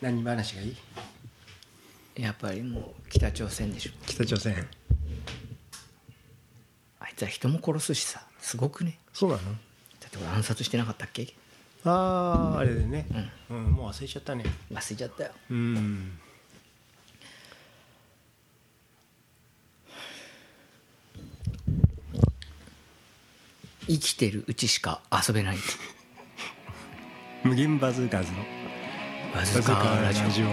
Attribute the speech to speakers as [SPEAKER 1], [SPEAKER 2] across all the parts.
[SPEAKER 1] 何話がいい
[SPEAKER 2] やっぱりもう北朝鮮でしょ
[SPEAKER 1] 北朝鮮
[SPEAKER 2] あいつは人も殺すしさすごくね
[SPEAKER 1] そうなの
[SPEAKER 2] だって俺暗殺してなかったっけ
[SPEAKER 1] あああれでね、うんもう忘れちゃったね
[SPEAKER 2] 忘れちゃったよ
[SPEAKER 1] うん
[SPEAKER 2] 生きてるうちしか遊べない
[SPEAKER 1] 無限バズーカーズの
[SPEAKER 2] バ
[SPEAKER 1] 「
[SPEAKER 2] ズ
[SPEAKER 1] バ
[SPEAKER 2] ー
[SPEAKER 1] ズ
[SPEAKER 2] カ
[SPEAKER 1] ーカ
[SPEAKER 2] ー
[SPEAKER 1] ー
[SPEAKER 2] ラ
[SPEAKER 1] ラ
[SPEAKER 2] ジ
[SPEAKER 1] ジ
[SPEAKER 2] オ
[SPEAKER 1] オ」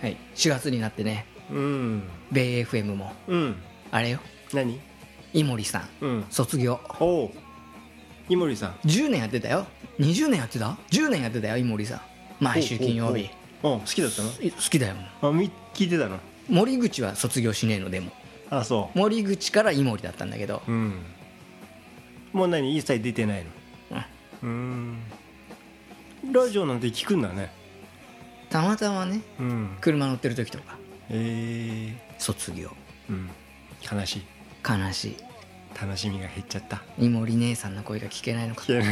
[SPEAKER 2] はい4月になってね
[SPEAKER 1] うん
[SPEAKER 2] 米 FM も
[SPEAKER 1] うん
[SPEAKER 2] あれよ
[SPEAKER 1] 何
[SPEAKER 2] 井森さん、
[SPEAKER 1] うん
[SPEAKER 2] 卒業
[SPEAKER 1] おお井森さん
[SPEAKER 2] 10年やってたよ20年やってた10年やってたよ井森さん毎週金曜日
[SPEAKER 1] おうおうおうおう好きだったの
[SPEAKER 2] い好きだよ
[SPEAKER 1] あみ聞いてたの
[SPEAKER 2] 森口は卒業しねえのでも
[SPEAKER 1] あそ
[SPEAKER 2] 森口から井森だったんだけど
[SPEAKER 1] ううんもう何一切出てないの
[SPEAKER 2] うん
[SPEAKER 1] うんラジオなんて聞くんだね
[SPEAKER 2] たまたまね
[SPEAKER 1] うん
[SPEAKER 2] 車乗ってる時とか
[SPEAKER 1] え
[SPEAKER 2] 卒業
[SPEAKER 1] ー、うん悲しい
[SPEAKER 2] 悲し
[SPEAKER 1] 楽しみが減っちゃった
[SPEAKER 2] い井森姉さんの声が聞けないのか
[SPEAKER 1] いや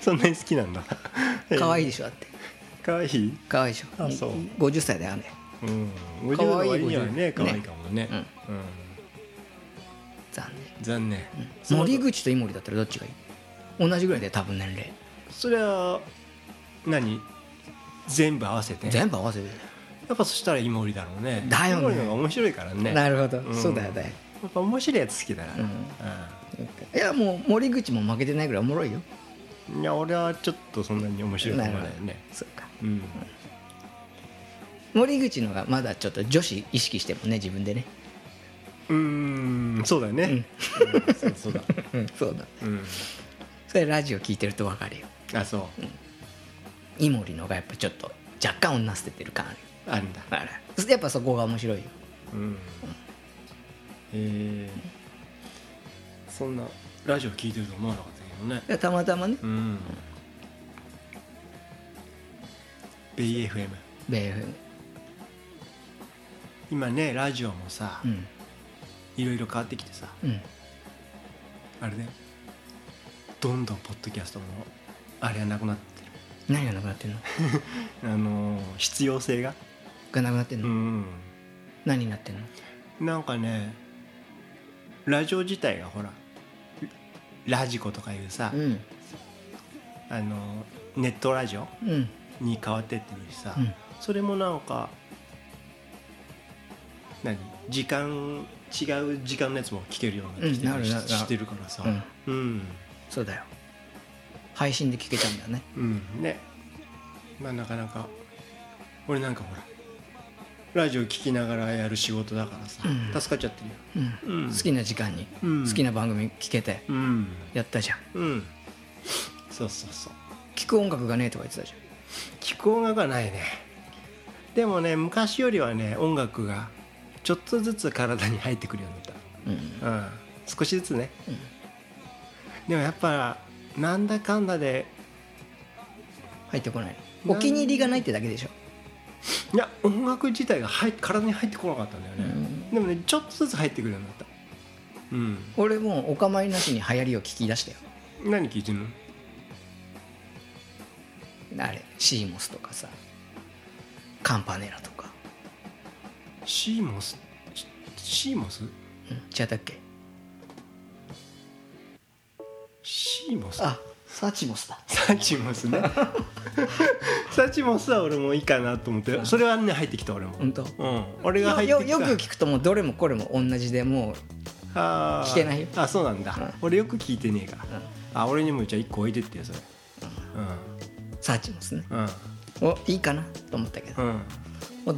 [SPEAKER 1] そんなに好きなんだ
[SPEAKER 2] 可愛い
[SPEAKER 1] い
[SPEAKER 2] でしょだって
[SPEAKER 1] かわいい
[SPEAKER 2] 可愛いでしょ
[SPEAKER 1] あそう
[SPEAKER 2] 50歳だよね
[SPEAKER 1] うん
[SPEAKER 2] か
[SPEAKER 1] 50の
[SPEAKER 2] わいい
[SPEAKER 1] 割にはね
[SPEAKER 2] 50
[SPEAKER 1] 可愛いかもね
[SPEAKER 2] ね
[SPEAKER 1] うん、
[SPEAKER 2] 残
[SPEAKER 1] 残念
[SPEAKER 2] 念
[SPEAKER 1] そ
[SPEAKER 2] 森
[SPEAKER 1] う
[SPEAKER 2] 口と井森だったらどっちがいい同じぐらいで多分年齢
[SPEAKER 1] それは何全部合わせて
[SPEAKER 2] 全部合わせて
[SPEAKER 1] やっぱそしたらイモリだろうね
[SPEAKER 2] だよ
[SPEAKER 1] イ
[SPEAKER 2] ね
[SPEAKER 1] モリの方が面白いからねや
[SPEAKER 2] るほど
[SPEAKER 1] ん
[SPEAKER 2] ね
[SPEAKER 1] っぱ面白いやつ好きだな、
[SPEAKER 2] うんいやもう森口も負けてないぐらいおもろいよ
[SPEAKER 1] うんいや俺はちょっとそんなに面白いと思わないよね
[SPEAKER 2] そうか
[SPEAKER 1] うん
[SPEAKER 2] 森口のがまだちょっと女子意識してもね自分でね
[SPEAKER 1] うーんそうだよね、うんそうそうだ
[SPEAKER 2] うんそうだ
[SPEAKER 1] うん
[SPEAKER 2] それラジオ聞いてると分かるよ
[SPEAKER 1] あそう
[SPEAKER 2] 井森のがやっぱちょっと若干女捨ててる感ある
[SPEAKER 1] あるんだ
[SPEAKER 2] あらやっぱそこが面白いよ
[SPEAKER 1] うんえーそんなラジオ聞いてると思わなかったけどね
[SPEAKER 2] いやたまたまね
[SPEAKER 1] うんベイ FM
[SPEAKER 2] 米
[SPEAKER 1] 今ねラジオもさ、
[SPEAKER 2] 風うん
[SPEAKER 1] いろいろ変わってきてさ
[SPEAKER 2] うん
[SPEAKER 1] あれねどんどんポッドキャストもあれはなくなって
[SPEAKER 2] 何がなくなってんの
[SPEAKER 1] るあのー必要性が
[SPEAKER 2] がなくなってん
[SPEAKER 1] う
[SPEAKER 2] の、
[SPEAKER 1] ん
[SPEAKER 2] 何になってんの
[SPEAKER 1] なんかねラジオ自体がほらラジコとかいうさ、
[SPEAKER 2] うん
[SPEAKER 1] あのーネットラジオ
[SPEAKER 2] うん
[SPEAKER 1] に変わってってるしさ、
[SPEAKER 2] うん
[SPEAKER 1] それもなんか何時間違う時間のやつも聞けるようになってきて
[SPEAKER 2] うんなるなるなる
[SPEAKER 1] してるからさ
[SPEAKER 2] うん
[SPEAKER 1] うん、
[SPEAKER 2] そうだよ配信で聞けちゃうんだね
[SPEAKER 1] うん、ねまあなかなか俺なんかほらラジオ聞きながらやる仕事だからさ、
[SPEAKER 2] うん
[SPEAKER 1] 助かっちゃって
[SPEAKER 2] うん
[SPEAKER 1] るよ、うん、
[SPEAKER 2] 好きな時間に、
[SPEAKER 1] うん
[SPEAKER 2] 好きな番組聞けて
[SPEAKER 1] うん
[SPEAKER 2] やったじゃん
[SPEAKER 1] うんそうそうそう
[SPEAKER 2] 聞く音楽がねえとか言ってたじ
[SPEAKER 1] 聞く音楽はないねでもね昔よりはね音楽がちょっとずつ体に入ってくるようになった
[SPEAKER 2] ゃん、うん、
[SPEAKER 1] うん、少しずつね、でもやっぱなんだかんだで
[SPEAKER 2] 入ってこない
[SPEAKER 1] な
[SPEAKER 2] お
[SPEAKER 1] ん
[SPEAKER 2] 気に入りがないってだけでしょ
[SPEAKER 1] いや音楽自体が入体に入ってこなかったんだよね、でもねちょっとずつ入ってくるようになったうん
[SPEAKER 2] 俺もうお構いなしに流行りを聞き出したよ
[SPEAKER 1] 何聞いてんの
[SPEAKER 2] あれシーモスとかさカンパネラとか、
[SPEAKER 1] シーモスシシーモス
[SPEAKER 2] うん、違ったっけ
[SPEAKER 1] シーモス
[SPEAKER 2] あサチモスだ
[SPEAKER 1] サチモスねサチモスは俺もいいかなと思ってそれはね入ってきた俺も
[SPEAKER 2] 本当
[SPEAKER 1] うん俺が
[SPEAKER 2] よ
[SPEAKER 1] 入って
[SPEAKER 2] よ
[SPEAKER 1] きた
[SPEAKER 2] よく聞くともうどれもこれも同じでも
[SPEAKER 1] あー
[SPEAKER 2] 聞けないよ
[SPEAKER 1] あそうなんだ、
[SPEAKER 2] うん
[SPEAKER 1] 俺よく聞いてねえから、
[SPEAKER 2] うん
[SPEAKER 1] あ俺にもじゃあ1個置いてってよそれ
[SPEAKER 2] うサチモスね
[SPEAKER 1] うんうん
[SPEAKER 2] おいいかなと思ったけど、
[SPEAKER 1] うん
[SPEAKER 2] もう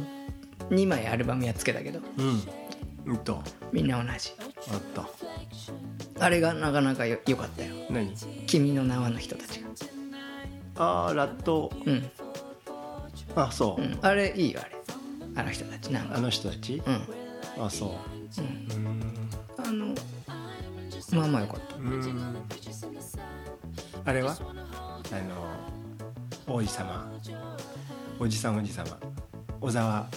[SPEAKER 2] 2枚アルバムやっつけたけど
[SPEAKER 1] うんうんと
[SPEAKER 2] みんな同じ
[SPEAKER 1] あった
[SPEAKER 2] あれがなかなかよ良かったよ
[SPEAKER 1] 何
[SPEAKER 2] 君の名はの人たちが
[SPEAKER 1] あーラット
[SPEAKER 2] うん
[SPEAKER 1] あそう、
[SPEAKER 2] うん、あれいいよあれあの人たちなん
[SPEAKER 1] あ
[SPEAKER 2] か
[SPEAKER 1] の人たち
[SPEAKER 2] う、ん
[SPEAKER 1] あそう
[SPEAKER 2] うん
[SPEAKER 1] うーん
[SPEAKER 2] あのまあまあよかっ
[SPEAKER 1] うーんあれはあの王子様おじさんおじさま小沢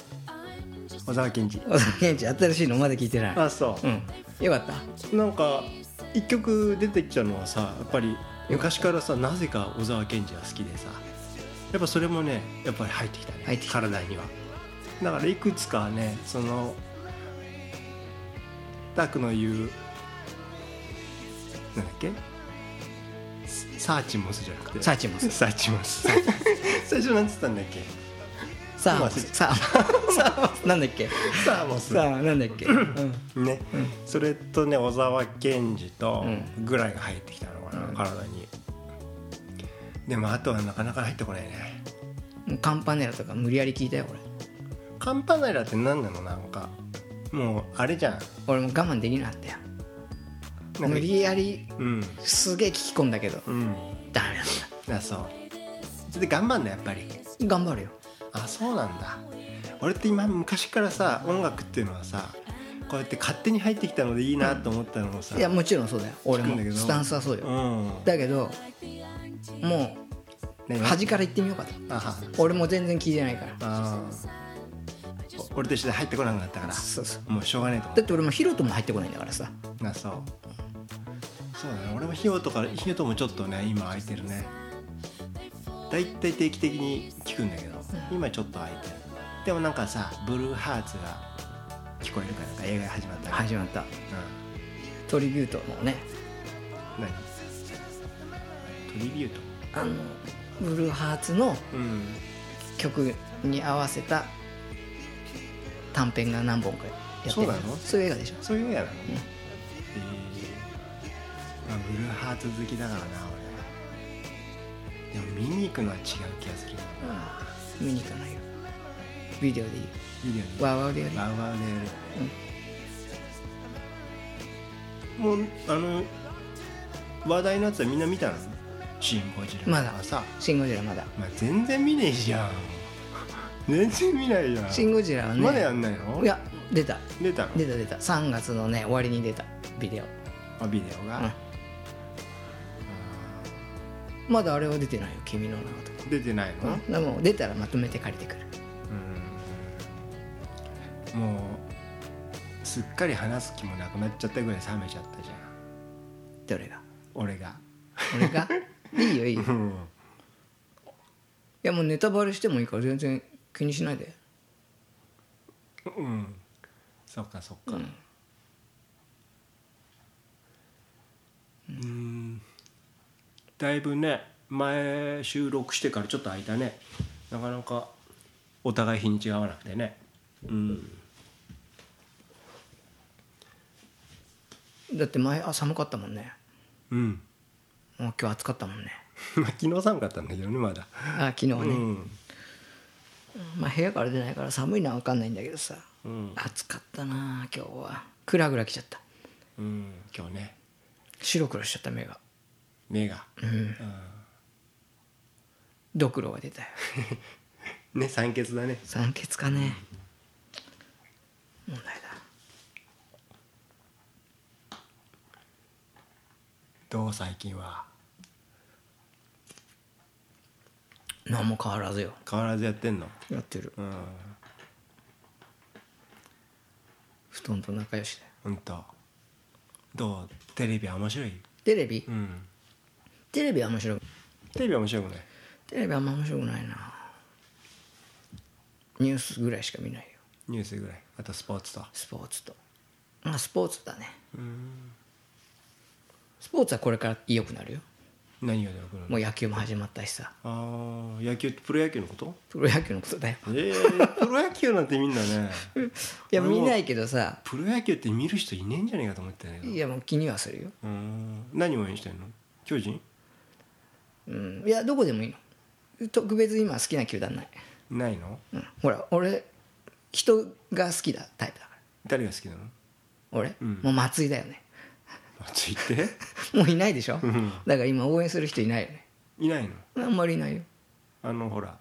[SPEAKER 1] 小沢健二
[SPEAKER 2] た小沢健二新しいのまだ聞いてない
[SPEAKER 1] あそう
[SPEAKER 2] う、んよかった
[SPEAKER 1] なんか一曲出てきたのはさやっぱり昔からさなぜか小沢健二が好きでさやっぱそれもねやっぱり入ってきたね
[SPEAKER 2] 入ってきた
[SPEAKER 1] 体にはだからいくつかねそのタクの言うなんだっけサーチモスじゃなくて
[SPEAKER 2] サーチモス
[SPEAKER 1] サーチモス 最初なんつったんだっけ
[SPEAKER 2] さ
[SPEAKER 1] 今
[SPEAKER 2] あさあさあなんだっけ
[SPEAKER 1] サーモス
[SPEAKER 2] さあなんだっけ、うん、
[SPEAKER 1] ね、それとね小沢健二と
[SPEAKER 2] う
[SPEAKER 1] ぐらいが入ってきたのかな、
[SPEAKER 2] うん
[SPEAKER 1] 体にでもあとはなかなか入ってこないね
[SPEAKER 2] もうカンパネラとか無理やり聞いたよ俺
[SPEAKER 1] カンパネラって何なのなんかもうあれじゃん
[SPEAKER 2] 俺も我慢できなかったよ
[SPEAKER 1] なん
[SPEAKER 2] 無
[SPEAKER 1] か
[SPEAKER 2] 理やり
[SPEAKER 1] うん
[SPEAKER 2] すげえ聞き込んだけど
[SPEAKER 1] うん
[SPEAKER 2] ダメだっ
[SPEAKER 1] あそうそれで頑張んだやっぱり
[SPEAKER 2] た頑張るよ
[SPEAKER 1] あそうなんだ俺って今昔からさ音楽っていうのはさこうやって勝手に入ってきたのでいいなと思ったのもさ、
[SPEAKER 2] いやもちろんそうだよ俺
[SPEAKER 1] 聞くんだけ
[SPEAKER 2] も
[SPEAKER 1] ど
[SPEAKER 2] スタンスはそうよ
[SPEAKER 1] うん
[SPEAKER 2] だけども
[SPEAKER 1] ね
[SPEAKER 2] う端から行ってみようかと
[SPEAKER 1] あは
[SPEAKER 2] 俺も全然聞いてないから
[SPEAKER 1] あーお俺と一緒で入ってこなくなったから
[SPEAKER 2] そうそう
[SPEAKER 1] もうしょうがねえと思って
[SPEAKER 2] だって俺もヒロトも入ってこないんだからさ
[SPEAKER 1] なそうそうだね俺も費用とか費用ともちょっとね今空いてるねだいたい定期的に聞くんだけど、今ちょっと空いてるでもなんかさブルーハーツが聞こえるかなんか映画が始まったり、
[SPEAKER 2] 始まったトリビュートのね
[SPEAKER 1] うん、何トリビュート
[SPEAKER 2] あのブルーハーツの
[SPEAKER 1] うん
[SPEAKER 2] 曲に合わせた短編が何本かやってる
[SPEAKER 1] そうなの
[SPEAKER 2] そういう映画でしょ
[SPEAKER 1] そういう映画なの、
[SPEAKER 2] うん
[SPEAKER 1] えーまあ、ブルーハーツ好きだからな俺はでも見に行くのは違う気がするな
[SPEAKER 2] 見に行かないよビデオでいいよ
[SPEAKER 1] ビデオに
[SPEAKER 2] ワーワーでやるよ
[SPEAKER 1] ワウワウでやる、もうあの話題のやつはみんな見たのシン・ゴジラ
[SPEAKER 2] まだ
[SPEAKER 1] あさ、
[SPEAKER 2] シン・ゴジラまだ
[SPEAKER 1] まあ、全然見ねえじゃん 全然見ないじゃん
[SPEAKER 2] シン・ゴジラはね
[SPEAKER 1] まだやんないの
[SPEAKER 2] いや出た
[SPEAKER 1] 出たの
[SPEAKER 2] 出た出た3月のね終わりに出たビデオ
[SPEAKER 1] あビデオが、
[SPEAKER 2] うんまだあれは出てないよ君の名はと
[SPEAKER 1] 出てないの、
[SPEAKER 2] か、でも出たらまとめて借りてくる
[SPEAKER 1] うんもうすっかり話す気もなくなっちゃったぐらい冷めちゃったじゃん
[SPEAKER 2] どれが
[SPEAKER 1] 俺が
[SPEAKER 2] 俺がいいよいいよい
[SPEAKER 1] うん
[SPEAKER 2] やもうネタバレしてもいいから全然気にしないで
[SPEAKER 1] うんそっかそっか
[SPEAKER 2] うん
[SPEAKER 1] うんだいぶね前収録してからちょっと空いたねなかなかお互い日にちが合わなくてねうん
[SPEAKER 2] だって前あ寒かったもんね
[SPEAKER 1] うん
[SPEAKER 2] もう今日暑かったもんね
[SPEAKER 1] まあ昨日寒かったんだけどねまだ
[SPEAKER 2] あ昨日ね、
[SPEAKER 1] うん
[SPEAKER 2] まあ部屋から出ないから寒いのは分かんないんだけどさ、
[SPEAKER 1] うん
[SPEAKER 2] 暑かったなあ今日はクラぐら来ちゃった
[SPEAKER 1] うん今日ね
[SPEAKER 2] 白黒しちゃった目が
[SPEAKER 1] 目が
[SPEAKER 2] ドクロが出たよ
[SPEAKER 1] ね酸欠だね
[SPEAKER 2] 酸欠かね問題だ
[SPEAKER 1] どう最近は
[SPEAKER 2] 何も変わらずよ
[SPEAKER 1] 変わらずやってんの
[SPEAKER 2] やってる
[SPEAKER 1] うん
[SPEAKER 2] 布団と仲良しだよ
[SPEAKER 1] ほんとどうテレビは面白い
[SPEAKER 2] テレビ、
[SPEAKER 1] うん
[SPEAKER 2] テレビは面白い
[SPEAKER 1] テレビは面白くない
[SPEAKER 2] テレビあんま面白くないなニュースぐらいしか見ないよ
[SPEAKER 1] ニュースぐらいあとスポーツと
[SPEAKER 2] スポーツとまあスポーツだねスポーツはこれから良くなるよ
[SPEAKER 1] 何が出てくるの
[SPEAKER 2] もう野球も始まったしさ
[SPEAKER 1] ああ野球ってプロ野球の こと
[SPEAKER 2] プロ野球のことだよ
[SPEAKER 1] えー、プロ野球なんて見んだね
[SPEAKER 2] い
[SPEAKER 1] 俺
[SPEAKER 2] や
[SPEAKER 1] も
[SPEAKER 2] 見ないけどさ
[SPEAKER 1] プロ野球って見る人いねえんじゃねえかと思ってたんだけど
[SPEAKER 2] いやもう気にはするよ、
[SPEAKER 1] うーん何応援してんの巨人
[SPEAKER 2] うん、いやどこでもいいの特別今好きな球団ない、
[SPEAKER 1] ないの
[SPEAKER 2] うん、ほら俺人が好きだタイプだから
[SPEAKER 1] 誰が好きなの
[SPEAKER 2] 俺、
[SPEAKER 1] うん
[SPEAKER 2] もう松井だよね
[SPEAKER 1] ついて
[SPEAKER 2] もういないでしょ
[SPEAKER 1] ん
[SPEAKER 2] だから今応援する人いないよね
[SPEAKER 1] いないの
[SPEAKER 2] あんまりいないよ
[SPEAKER 1] あのほら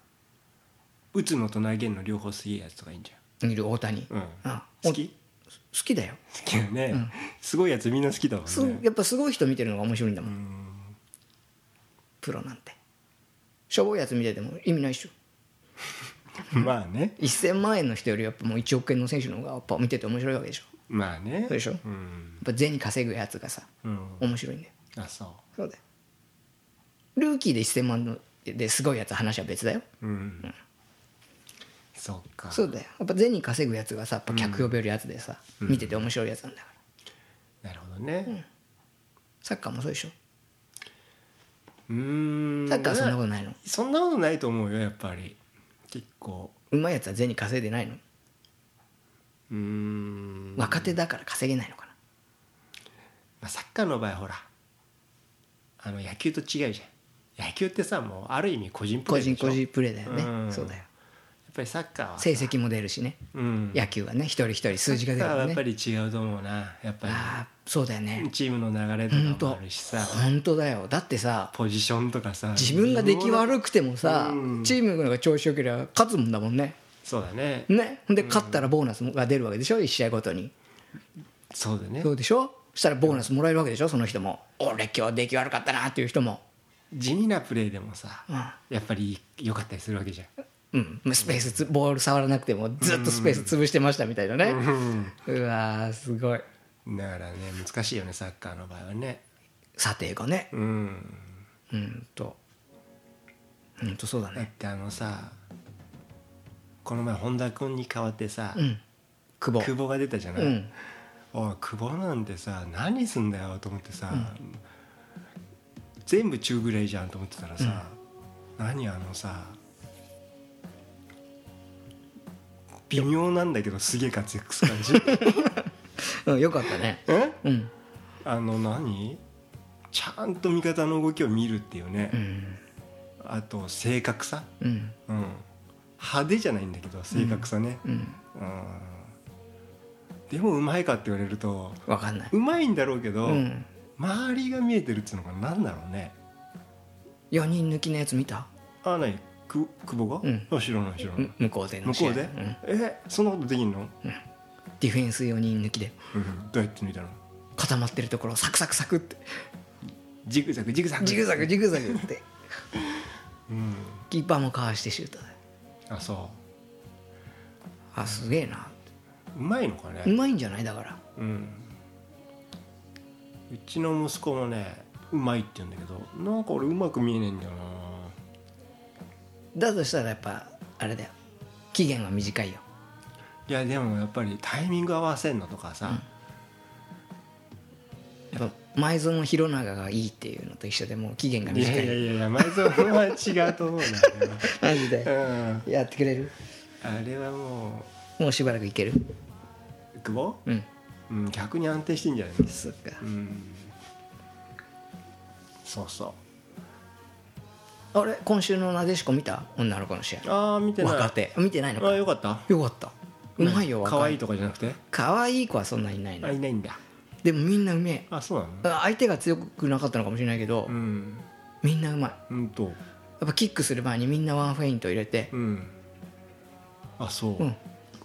[SPEAKER 1] 打つのと投げるの両方すげえやつとかいいんじ
[SPEAKER 2] いる大谷、
[SPEAKER 1] ゃん、うん、
[SPEAKER 2] あ
[SPEAKER 1] 好き
[SPEAKER 2] 好きだよ
[SPEAKER 1] 好きよね、
[SPEAKER 2] うん
[SPEAKER 1] すごいやつみんな好きだもんね
[SPEAKER 2] すやっぱすごい人見てるのが面白いんだもん、
[SPEAKER 1] うん
[SPEAKER 2] プロなんてしょぼいやつ見てても意味ないっしょ
[SPEAKER 1] まあね
[SPEAKER 2] 1000万円の人よりやっぱもう1億円の選手の方がやっぱ見てて面白いわけでしょや
[SPEAKER 1] まあね
[SPEAKER 2] そうでしょ
[SPEAKER 1] うん、
[SPEAKER 2] っぱ銭稼ぐやつがさ
[SPEAKER 1] うん、
[SPEAKER 2] 面白いんだよ
[SPEAKER 1] あそ
[SPEAKER 2] そうだよルーキーで1000万のですごいやつ話は別だよ
[SPEAKER 1] ううんそっか
[SPEAKER 2] そうだよやっぱ銭稼ぐやつがさやっぱ客呼べるやつでさ、見てて面白いやつなんだから
[SPEAKER 1] なるほどね
[SPEAKER 2] サッカーもそうでしょ
[SPEAKER 1] うーん
[SPEAKER 2] サッカーはそんなことないの
[SPEAKER 1] そんなことないと思うよやっぱり結構
[SPEAKER 2] うまいやつは銭稼いでないの
[SPEAKER 1] うーん、ま
[SPEAKER 2] 若手だから稼げないのかな
[SPEAKER 1] あ、サッカーの場合ほらあの野球と違うじゃん野球ってさもうある意味個人プ
[SPEAKER 2] 個
[SPEAKER 1] レーで
[SPEAKER 2] 人
[SPEAKER 1] しょ
[SPEAKER 2] 個人プレーだよね、
[SPEAKER 1] うん
[SPEAKER 2] そうだよ
[SPEAKER 1] やっぱりサッカーは
[SPEAKER 2] 成績も出るしね、
[SPEAKER 1] うん
[SPEAKER 2] 野球はね一人一人数字が出
[SPEAKER 1] サッ
[SPEAKER 2] る
[SPEAKER 1] カーは
[SPEAKER 2] から
[SPEAKER 1] やっぱ
[SPEAKER 2] ね
[SPEAKER 1] り違うと思うなやっぱ
[SPEAKER 2] ああそうだよ
[SPEAKER 1] り
[SPEAKER 2] ね
[SPEAKER 1] チームの流れ
[SPEAKER 2] 本
[SPEAKER 1] とかも
[SPEAKER 2] 当
[SPEAKER 1] あるしさ
[SPEAKER 2] 本当だよだってさ
[SPEAKER 1] ポジションとかさ
[SPEAKER 2] 自分が出来悪くてもさ、
[SPEAKER 1] うん
[SPEAKER 2] チームの方が調子よければ勝つもんだもんね
[SPEAKER 1] そうだね
[SPEAKER 2] ねほんで勝ったらボーナスが出るわけでしょ1試合ごとに
[SPEAKER 1] そうだね
[SPEAKER 2] そうでしょそしたらボーナスもらえるわけでしょその人も俺今日出来悪かったなっていう人も
[SPEAKER 1] 地味なプレーでもさ、
[SPEAKER 2] うん
[SPEAKER 1] やっぱり良かったりするわけじゃん
[SPEAKER 2] うん、スペースつボール触らなくてもずっとスペース潰してましたみたいなね、うわーすごい
[SPEAKER 1] だからね難しいよねサッカーの場合はね
[SPEAKER 2] 査定がね
[SPEAKER 1] うん
[SPEAKER 2] うんとうんとそうだ
[SPEAKER 1] だっ
[SPEAKER 2] ね
[SPEAKER 1] てあのさこの前本田君に代わってさ、
[SPEAKER 2] うん久保
[SPEAKER 1] 久保が出たじゃない、
[SPEAKER 2] うん
[SPEAKER 1] おい久保なんてさ何すんだよと思ってさ、全部中ぐらいじゃんと思ってたらさ、何あのさ微妙なんだけどすげえ活躍する感じ
[SPEAKER 2] うんよかったね
[SPEAKER 1] え
[SPEAKER 2] うん
[SPEAKER 1] あの何ちゃんと味方の動きを見るっていうね、
[SPEAKER 2] うん
[SPEAKER 1] あと正確さ、
[SPEAKER 2] うん
[SPEAKER 1] うん、派手じゃないんだけど正確さね、
[SPEAKER 2] うん
[SPEAKER 1] うんでもうまいかって言われると
[SPEAKER 2] わかんないう
[SPEAKER 1] まいんだろうけど、
[SPEAKER 2] うん
[SPEAKER 1] 周りが見えてるっていうのが何だろうね
[SPEAKER 2] 4人抜きのやつ見た
[SPEAKER 1] あ何く久保が、
[SPEAKER 2] うん
[SPEAKER 1] あ知らない知らない、
[SPEAKER 2] む向こうでの
[SPEAKER 1] 向
[SPEAKER 2] 試
[SPEAKER 1] こ
[SPEAKER 2] 合
[SPEAKER 1] うで、
[SPEAKER 2] うん
[SPEAKER 1] えそんなことできんの、
[SPEAKER 2] ディフェンス4人抜きで
[SPEAKER 1] うんどうやって抜いたの
[SPEAKER 2] 固まってるところをサクサクサクって
[SPEAKER 1] ジグザグジグザグ
[SPEAKER 2] ジグザグジグザグって
[SPEAKER 1] うん
[SPEAKER 2] キーパーもかわしてシュートだよ
[SPEAKER 1] あそ
[SPEAKER 2] あすげえな
[SPEAKER 1] ううまいのか
[SPEAKER 2] う
[SPEAKER 1] ね
[SPEAKER 2] まいんじゃないだから
[SPEAKER 1] うんうちの息子もねうまいって言うんだけどなんか俺うまく見えねえんだよな
[SPEAKER 2] だとしたらやっぱあれだよ期限は短いよ
[SPEAKER 1] いやでもやっぱりタイミング合わせんのとかさ、
[SPEAKER 2] やっぱ前園弘長がいいっていうのと一緒でもう期限が
[SPEAKER 1] いや
[SPEAKER 2] 短い
[SPEAKER 1] いやいやいや前園は違うと思うんだけど、
[SPEAKER 2] マジ
[SPEAKER 1] う
[SPEAKER 2] で
[SPEAKER 1] ん、
[SPEAKER 2] やってくれる
[SPEAKER 1] あれはも
[SPEAKER 2] もうしばらくいける
[SPEAKER 1] う久保、
[SPEAKER 2] うん
[SPEAKER 1] うん、逆に安定してんじゃないの
[SPEAKER 2] そっか
[SPEAKER 1] うんそうそ
[SPEAKER 2] あれ今週のなでしこ見た女の子の試合
[SPEAKER 1] うああ見てない
[SPEAKER 2] 若手見てないの
[SPEAKER 1] あ
[SPEAKER 2] か
[SPEAKER 1] よかった
[SPEAKER 2] よかったうまいよ
[SPEAKER 1] 可
[SPEAKER 2] 若
[SPEAKER 1] 愛い
[SPEAKER 2] い
[SPEAKER 1] とかじゃなくて
[SPEAKER 2] 可愛い子はそんなにいない
[SPEAKER 1] あい
[SPEAKER 2] の
[SPEAKER 1] ないんだ
[SPEAKER 2] でもみんなうめえ
[SPEAKER 1] あそうなの
[SPEAKER 2] あ相手が強くなかったのかもしれないけど
[SPEAKER 1] うん
[SPEAKER 2] みんなうまい
[SPEAKER 1] うんと
[SPEAKER 2] やっぱキックする前にみんなワンフェイント入れて
[SPEAKER 1] うんあそう、
[SPEAKER 2] うん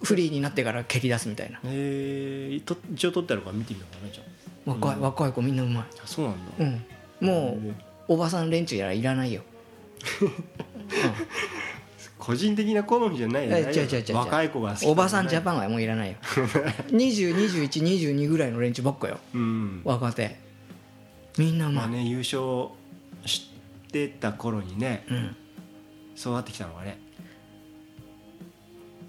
[SPEAKER 2] フリーになってから蹴り出すみたいな
[SPEAKER 1] えー、と一応撮ってあるから見てみようかなじゃ
[SPEAKER 2] 若い若い子みんなうまい
[SPEAKER 1] ああそうなんだ、
[SPEAKER 2] うん、もうおばさん連中やらいらないよ、
[SPEAKER 1] 個人的な好みじゃないよ
[SPEAKER 2] え違う違う違う違う
[SPEAKER 1] 若い子が好き
[SPEAKER 2] おばさんジャ
[SPEAKER 1] ン
[SPEAKER 2] パンはもういらないよ 202122ぐらいの連中ばっかよ
[SPEAKER 1] うん
[SPEAKER 2] 若手みんなうま
[SPEAKER 1] ま
[SPEAKER 2] い、
[SPEAKER 1] あね優勝してた頃にね
[SPEAKER 2] うん、
[SPEAKER 1] そうなってきたのがね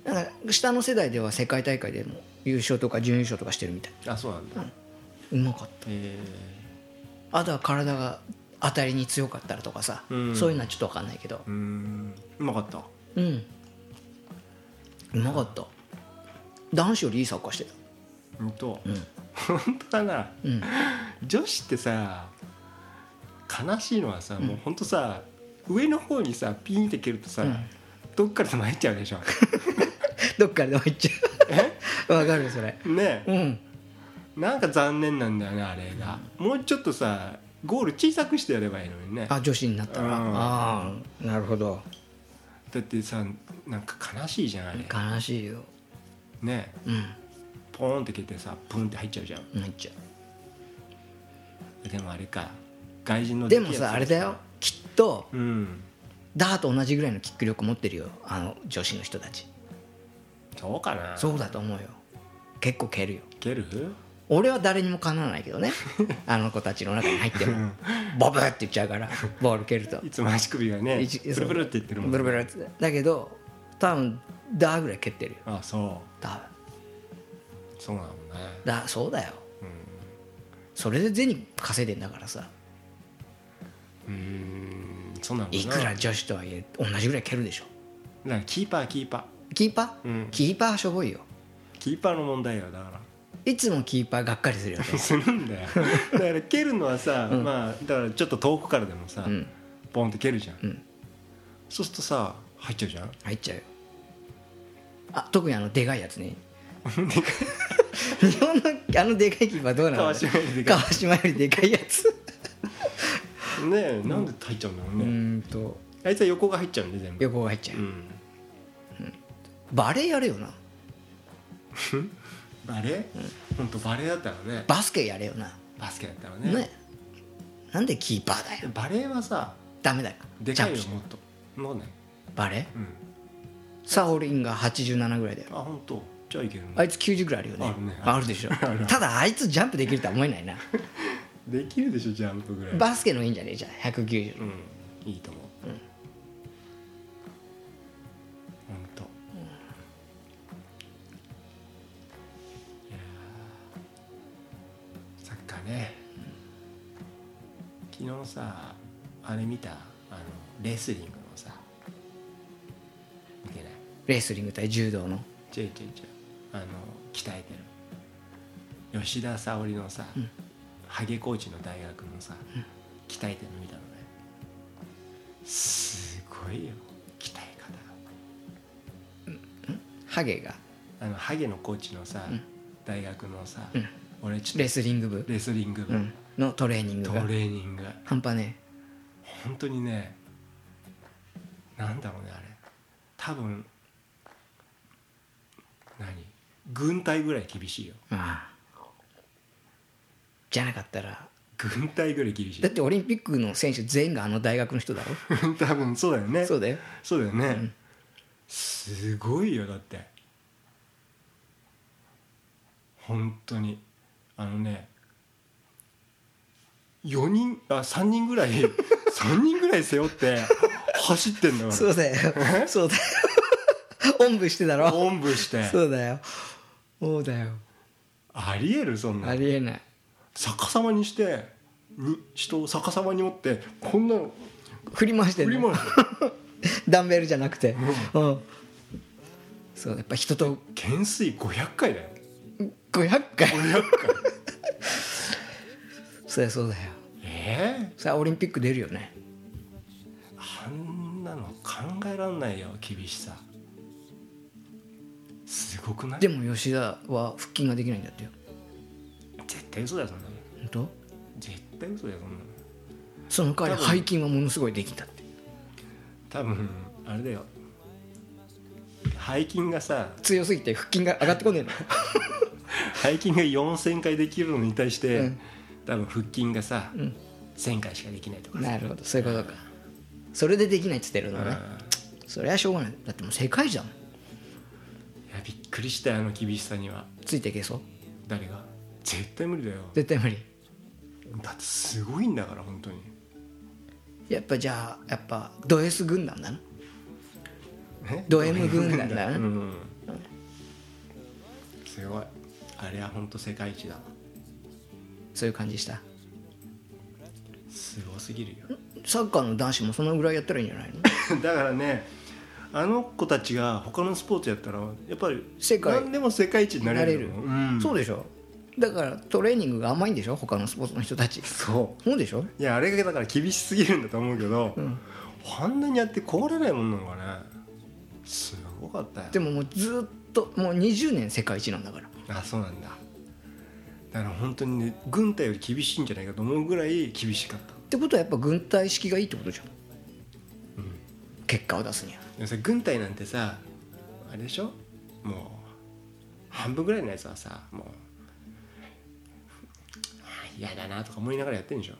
[SPEAKER 2] だから下の世代では世界大会でも優勝とか準優勝とかしてるみたい
[SPEAKER 1] あそうなんだ、
[SPEAKER 2] うまかった
[SPEAKER 1] え
[SPEAKER 2] あとは体が当たりに強かったらとかさ、
[SPEAKER 1] うん
[SPEAKER 2] そういうのはちょっと分かんないけど
[SPEAKER 1] ー、うんうまかった
[SPEAKER 2] うんうまかった男子よりいいサッカーしてた
[SPEAKER 1] 本当、
[SPEAKER 2] ん
[SPEAKER 1] 本当だな
[SPEAKER 2] うん
[SPEAKER 1] 女子ってさ悲しいのはさ、もう本当さ上の方にさピンって蹴るとさ、
[SPEAKER 2] ん
[SPEAKER 1] どっからでも入っちゃうでし ょ
[SPEAKER 2] どっからでも行っちゃうわかるそれ
[SPEAKER 1] ね
[SPEAKER 2] うん
[SPEAKER 1] なんか残念なんだよねあれが、もうちょっとさゴール小さくしてやればいいのにね
[SPEAKER 2] あ女子になったら、
[SPEAKER 1] うん
[SPEAKER 2] ああなるほど
[SPEAKER 1] だってさなんか悲しいじゃない
[SPEAKER 2] 悲しいよ
[SPEAKER 1] ね
[SPEAKER 2] うん
[SPEAKER 1] ポーンって消えてさプンって入っちゃうじゃん
[SPEAKER 2] 入っちゃ
[SPEAKER 1] でもあれか外人の
[SPEAKER 2] うでもさあれだよきっと
[SPEAKER 1] うん
[SPEAKER 2] ダーと同じぐらいのキック力持ってるよあの女子の人たち
[SPEAKER 1] そうかな
[SPEAKER 2] そうだと思うよ結構蹴るよ
[SPEAKER 1] 蹴る
[SPEAKER 2] 俺は誰にもかなわないけどね あの子たちの中に入ってもボブって言っちゃうからボール蹴ると
[SPEAKER 1] いつも足首がね
[SPEAKER 2] 一
[SPEAKER 1] ブルブルって言ってるもん
[SPEAKER 2] ブルブルってだけど多分ダーぐらい蹴ってるよ
[SPEAKER 1] あそ
[SPEAKER 2] 多分
[SPEAKER 1] うそうなのね
[SPEAKER 2] だそうだ
[SPEAKER 1] う
[SPEAKER 2] よそれで銭稼いでんだからさ
[SPEAKER 1] んうーんそうなの
[SPEAKER 2] いくら女子とはいえ同じぐらい蹴るでしょ
[SPEAKER 1] らキーパーキーパ
[SPEAKER 2] キーパー、
[SPEAKER 1] うん
[SPEAKER 2] キーパーはしょぼいよ
[SPEAKER 1] ーキーパーの問題よだから
[SPEAKER 2] いつもキーパーがっかりするよね
[SPEAKER 1] するんだ よだから蹴るのはさ、まあだからちょっと遠くからでもさ、
[SPEAKER 2] うん
[SPEAKER 1] ポンって蹴るじゃん、
[SPEAKER 2] うん
[SPEAKER 1] そうするとさ入っちゃうじゃん
[SPEAKER 2] 入っちゃうよあ特にあのでかいや つね日本のあのでかいキーパーどうなの
[SPEAKER 1] 川島よりでかい
[SPEAKER 2] 川島よりでかいや つ
[SPEAKER 1] ねえなんで入っちゃうんだろう
[SPEAKER 2] う
[SPEAKER 1] ね、
[SPEAKER 2] ーんと
[SPEAKER 1] あいつは横が入っちゃうんで全部
[SPEAKER 2] 横が入っちゃう、
[SPEAKER 1] うん
[SPEAKER 2] バレーやれよな
[SPEAKER 1] バレー、ほんとバレーだったらね
[SPEAKER 2] バスケやれよな
[SPEAKER 1] バスケだったらね
[SPEAKER 2] ねなんでキーパーだよ
[SPEAKER 1] バレーはさ
[SPEAKER 2] ダメだよ
[SPEAKER 1] でかいよ
[SPEAKER 2] ジャンプし
[SPEAKER 1] もっともうね
[SPEAKER 2] バレー
[SPEAKER 1] うん
[SPEAKER 2] サオリンが87ぐらいだよ
[SPEAKER 1] あ本当じゃあいけるね
[SPEAKER 2] あいつ90ぐらいあるよ ね
[SPEAKER 1] あるね
[SPEAKER 2] あるでしょただあいつジャンプできるとは思えないな
[SPEAKER 1] できるでしょジャンプぐらい
[SPEAKER 2] バスケのいいんじゃねえじゃん190
[SPEAKER 1] うんいいと思う、うん、ほんと、いやーサッカーね昨日さあれ見たあのレスリングのさ見てない
[SPEAKER 2] レスリング対柔道の
[SPEAKER 1] 違う違う違うあの鍛えてる吉田沙保里のさ、ハゲコーチの大学のさ、鍛えてるの見たのねすごいよ鍛え方が
[SPEAKER 2] ハゲが
[SPEAKER 1] あのハゲのコーチのさ、大学のさ、俺ちょっ
[SPEAKER 2] レスリング部
[SPEAKER 1] とレスリング部、
[SPEAKER 2] うんのトレーニング
[SPEAKER 1] ト
[SPEAKER 2] が
[SPEAKER 1] レーニングが
[SPEAKER 2] 半端ね
[SPEAKER 1] 本当にねなんだろうねあれ多分何軍隊ぐらい厳しいよ
[SPEAKER 2] えああじゃなかったら
[SPEAKER 1] 軍隊ぐらい厳しい
[SPEAKER 2] だってオリンピックの選手全員があの大学の人だ ろ
[SPEAKER 1] 多分そうだよね
[SPEAKER 2] そ
[SPEAKER 1] そう
[SPEAKER 2] うだよ
[SPEAKER 1] だよね、すごいよだって本当にあのね4人あ3人 ぐらい3人ぐらい背負って走ってんだか
[SPEAKER 2] そうだ よそうだよおんぶしてだ
[SPEAKER 1] ら
[SPEAKER 2] ろ
[SPEAKER 1] おんぶして
[SPEAKER 2] そうだよそうだよ
[SPEAKER 1] ありえるそんな
[SPEAKER 2] あ
[SPEAKER 1] の
[SPEAKER 2] りえない
[SPEAKER 1] 逆さまにしてに人を逆さまに持ってこんなの
[SPEAKER 2] 振り回して
[SPEAKER 1] 振
[SPEAKER 2] ん
[SPEAKER 1] り
[SPEAKER 2] の
[SPEAKER 1] 回す
[SPEAKER 2] ダンベルじゃなくてうんそうやっぱ人と
[SPEAKER 1] 懸垂500回だよ
[SPEAKER 2] 500回
[SPEAKER 1] 500回
[SPEAKER 2] そりゃそうだよ
[SPEAKER 1] ええ
[SPEAKER 2] さあオリンピック出るよね
[SPEAKER 1] あんなの考えらんないよ厳しさすごくない
[SPEAKER 2] でも吉田は腹筋ができないんだってよ
[SPEAKER 1] 絶対嘘だよそんなの
[SPEAKER 2] 本当
[SPEAKER 1] 絶対嘘だよそんなの
[SPEAKER 2] その代わり
[SPEAKER 1] 多分
[SPEAKER 2] 背筋はものすごいできたって
[SPEAKER 1] 多分あれだよ背筋がさ
[SPEAKER 2] 強すぎて腹筋が上がってこねえの
[SPEAKER 1] 背筋が4000回できるのに対して、
[SPEAKER 2] うん
[SPEAKER 1] 多分腹筋がさ、
[SPEAKER 2] ん
[SPEAKER 1] 1000回しかできないとかさ
[SPEAKER 2] なるほどそういうことかそれでできないっつってるの
[SPEAKER 1] うん
[SPEAKER 2] ねそれはしょうがないだってもう世界じゃん
[SPEAKER 1] いやびっくりしたよあの厳しさには
[SPEAKER 2] ついていけそう
[SPEAKER 1] 誰が絶対無理だよ
[SPEAKER 2] 絶対無理
[SPEAKER 1] だってすごいんだから本当に
[SPEAKER 2] やっぱじゃあやっぱド S 軍団だな
[SPEAKER 1] ね
[SPEAKER 2] ド M 軍団だな
[SPEAKER 1] うん、すごいあれは本当世界一だ
[SPEAKER 2] そういう感じした
[SPEAKER 1] すごすぎるよ
[SPEAKER 2] サッカーの男子もそのぐらいやったらいいんじゃない の
[SPEAKER 1] だからねあの子たちが他のスポーツやったらやっぱり
[SPEAKER 2] 世界
[SPEAKER 1] 何でも世界一にな
[SPEAKER 2] な
[SPEAKER 1] れ
[SPEAKER 2] れ
[SPEAKER 1] る
[SPEAKER 2] る
[SPEAKER 1] と思ううん、
[SPEAKER 2] そうでしょだからトレーニングが甘いんでしょ他のスポーツの人たち
[SPEAKER 1] そ
[SPEAKER 2] そうでしょ
[SPEAKER 1] ういやあれがだから厳しすぎるんだと思うけど、あんなにやって壊れないもんなのかねすごかったよ
[SPEAKER 2] でももうずっともう20年世界一なんだから
[SPEAKER 1] あそうなんだだから本当にね軍隊より厳しいんじゃないかと思うぐらい厳しかった
[SPEAKER 2] ってことはやっぱ軍隊式がいいってことじゃん、結果を出すには
[SPEAKER 1] でもさ軍隊なんてさあれでしょもう半分ぐらいのやつはさもうあー嫌だなとか思いながらやってんでしょ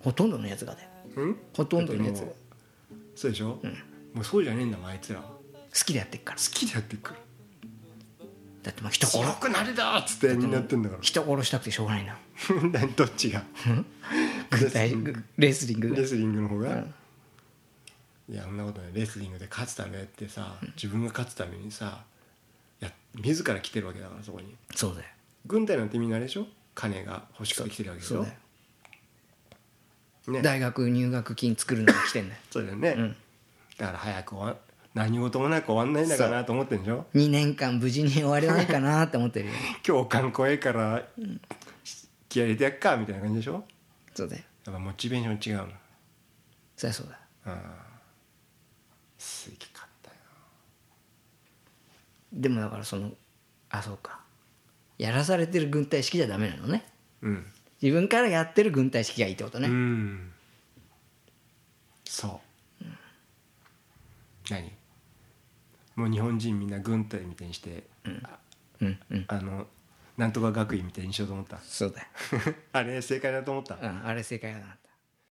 [SPEAKER 2] ほとんどのやつがだよ
[SPEAKER 1] うん
[SPEAKER 2] ほとんどのやつ
[SPEAKER 1] だ
[SPEAKER 2] が
[SPEAKER 1] って
[SPEAKER 2] 好
[SPEAKER 1] もうそうでしょ、もうそうじゃねえんだもんあいつら好
[SPEAKER 2] きでやってっから
[SPEAKER 1] きでやっていくから
[SPEAKER 2] だってまあ人殺
[SPEAKER 1] 強くなれだっつってみんなやってんだから
[SPEAKER 2] 人殺したくてしょうがないな
[SPEAKER 1] 何 どっちが
[SPEAKER 2] 軍隊レスリング
[SPEAKER 1] レスリングの方が、いやそんなことないレスリングで勝つためってさ自分が勝つためにさや自ら来てるわけだからそこに
[SPEAKER 2] そうだよ
[SPEAKER 1] 軍隊なんてみんなあれでしょ金が欲しくて来てるわけでし
[SPEAKER 2] そう
[SPEAKER 1] ょ
[SPEAKER 2] だよ
[SPEAKER 1] ね
[SPEAKER 2] 大学入学金作るのに来てん だよ
[SPEAKER 1] そうだよね、
[SPEAKER 2] うん
[SPEAKER 1] だから早く終わん何事もなく終わんないんだからなと思ってるんでしょ
[SPEAKER 2] 2年間無事に終われないかなって思って るよ
[SPEAKER 1] 今日観光ええから気合入れてやっかみたいな感じでしょ
[SPEAKER 2] そうだよ
[SPEAKER 1] やっぱモチベーション違うの
[SPEAKER 2] そりゃそうだ
[SPEAKER 1] すげえかったよ
[SPEAKER 2] でもだからそのあそうかやらされてる軍隊式じゃダメなのね
[SPEAKER 1] うん
[SPEAKER 2] 自分からやってる軍隊式がいいってことね、
[SPEAKER 1] うんそう、何もう日本人みんな軍隊みたいにして、あ
[SPEAKER 2] うんうん
[SPEAKER 1] あのなんとか学院みたいにしようと思った
[SPEAKER 2] そうだよ、
[SPEAKER 1] あれ正解だと思った
[SPEAKER 2] うん、あれ正解だなって